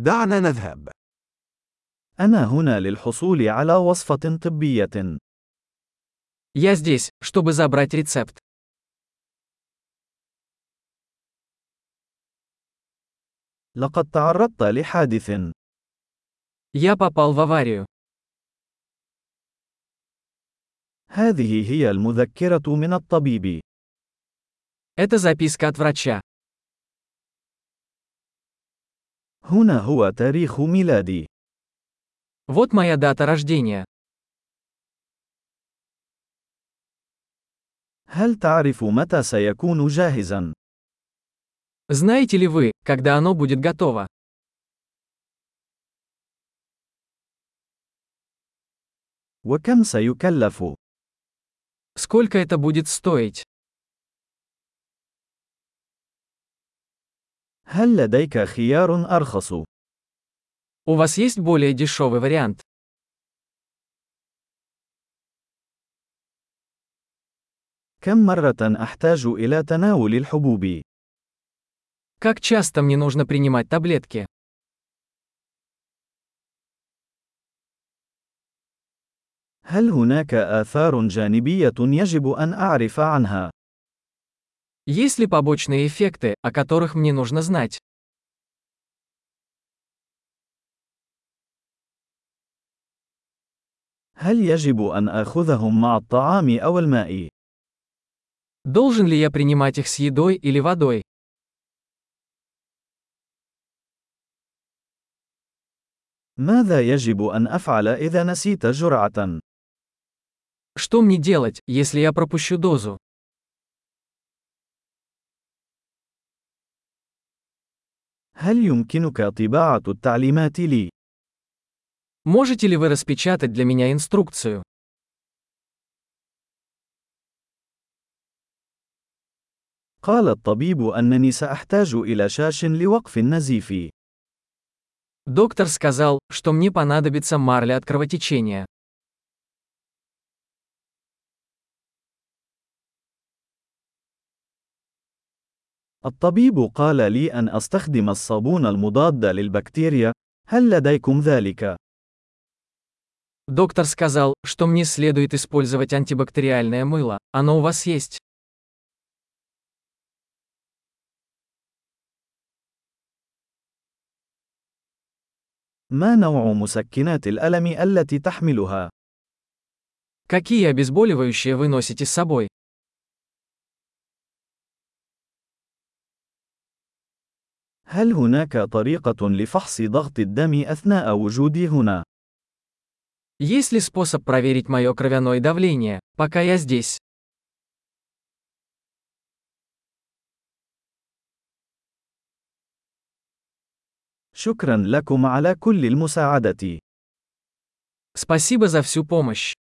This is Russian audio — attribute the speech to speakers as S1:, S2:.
S1: دعنا نذهب.
S2: أنا هنا للحصول على وصفة طبية.
S3: Я здесь, чтобы забрать рецепт.
S2: لقد تعرضت لحادث.
S3: Я попал в аварию.
S2: هذه هي المذكرة من الطبيب.
S3: Это записка от врача.
S2: هنا هو تاريخ ميلادي.
S3: Вот моя дата рождения.
S2: هل تعرف متى سيكون جاهزا؟
S3: Знаете ли вы, когда оно будет готово?
S2: وكم سيكلف؟
S3: Сколько это будет стоить?
S2: هل لديك خيار أرخص؟
S3: У вас есть более дешевый вариант?
S2: كم مرة أحتاج إلى تناول الحبوب؟
S3: Как часто мне нужно принимать таблетки?
S2: هل هناك آثار جانبية يجب أن أعرف عنها؟
S3: Есть ли побочные эффекты, о которых мне нужно знать?
S2: هل يجب أن آخذهم مع الطعام أو الماء؟
S3: Должен ли я принимать их с едой или водой?
S2: ماذا يجب أن أفعل إذا نسيت جرعة؟
S3: Что мне делать, если я пропущу дозу?
S2: هل يمكنك طباعة التعليمات لي؟
S3: Можете ли вы распечатать для меня инструкцию?
S2: قال الطبيب أنني سأحتاج إلى شاش لوقف النزيف.
S3: Доктор сказал, что мне понадобится марля от кровотечения.
S2: الطبيب قال لي أن أستخدم الصابون المضاد للبكتيريا. هل لديكم ذلك؟
S3: Доктор сказал, что мне следует использовать антибактериальное мыло. Оно у вас есть?
S2: ما نوع مسكنات الألم التي تحملها؟
S3: Какие обезболивающие вы носите с собой?
S2: هل هناك طريقة لفحص ضغط الدم أثناء وجودي هنا؟
S3: Есть ли способ проверить мое кровяное давление, пока я здесь?
S2: شكرا لكم على كل المساعدة.
S3: Спасибо за всю помощь.